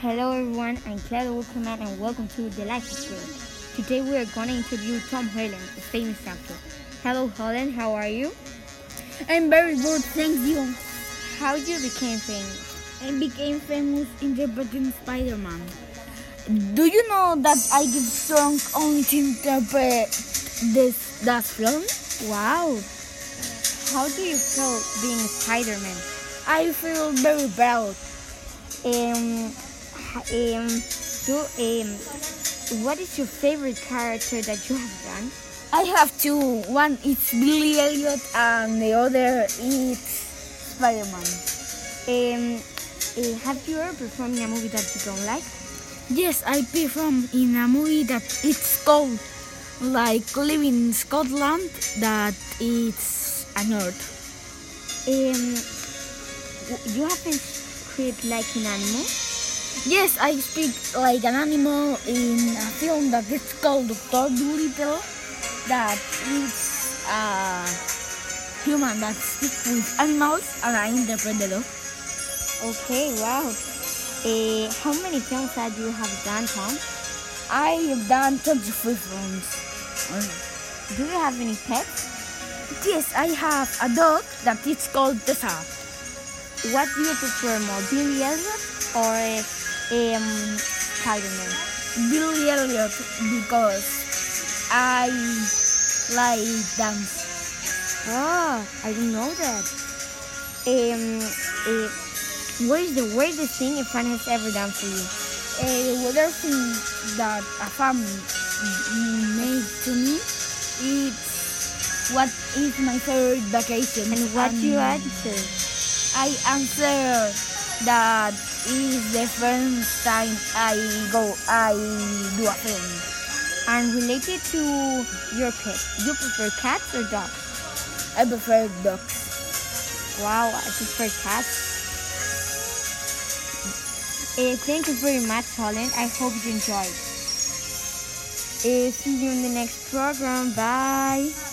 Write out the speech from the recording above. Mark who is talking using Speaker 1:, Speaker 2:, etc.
Speaker 1: Hello everyone, I'm Claire Walkerman and welcome to The Life Experience. Today we are going to interview Tom Holland, a famous actor. Hello Holland, how are you?
Speaker 2: I'm very good, thank you.
Speaker 1: How you became famous?
Speaker 2: I became famous interpreting Spider-Man. Do you know that I give song only to interpret this that film?
Speaker 1: Wow! How do you feel being Spider-Man?
Speaker 2: I feel very proud.
Speaker 1: Um, h- um, do, um, what is your favorite character that you have done?
Speaker 2: I have two. One is Billy Elliot and the other is Spider-Man.
Speaker 1: Um, uh, have you ever performed in a movie that you don't like?
Speaker 2: Yes, I perform in a movie that it's called like Living in Scotland that it's an earth.
Speaker 1: Um, w- you have been script like an animal?
Speaker 2: Yes, I speak like an animal in a film that it's called Doctor Dolittle that it's a human that speaks with animals and I interpret the dog.
Speaker 1: Okay, wow. Uh, how many films that you have done, Tom?
Speaker 2: I have done 23 films.
Speaker 1: Do you have any pets?
Speaker 2: Yes, I have a dog that it's called Tessa.
Speaker 1: What do you prefer more, Billy Elliot or uh, um, Spider-Man?
Speaker 2: Billy Elliot because I like dance.
Speaker 1: Oh, I didn't know that. Um, uh, what is the weirdest thing a fan has ever done for you?
Speaker 2: A other Eh, thing that a fan made to me it's what is my favorite vacation.
Speaker 1: And what
Speaker 2: And
Speaker 1: you answer?
Speaker 2: I answer that is the first time I go I do a film.
Speaker 1: And related to your pet, you prefer cats or dogs?
Speaker 2: I prefer dogs.
Speaker 1: Wow, I prefer cats. Uh, thank you very much, Holland. I hope you Eh, enjoyed. Uh, see you in the next program. Bye.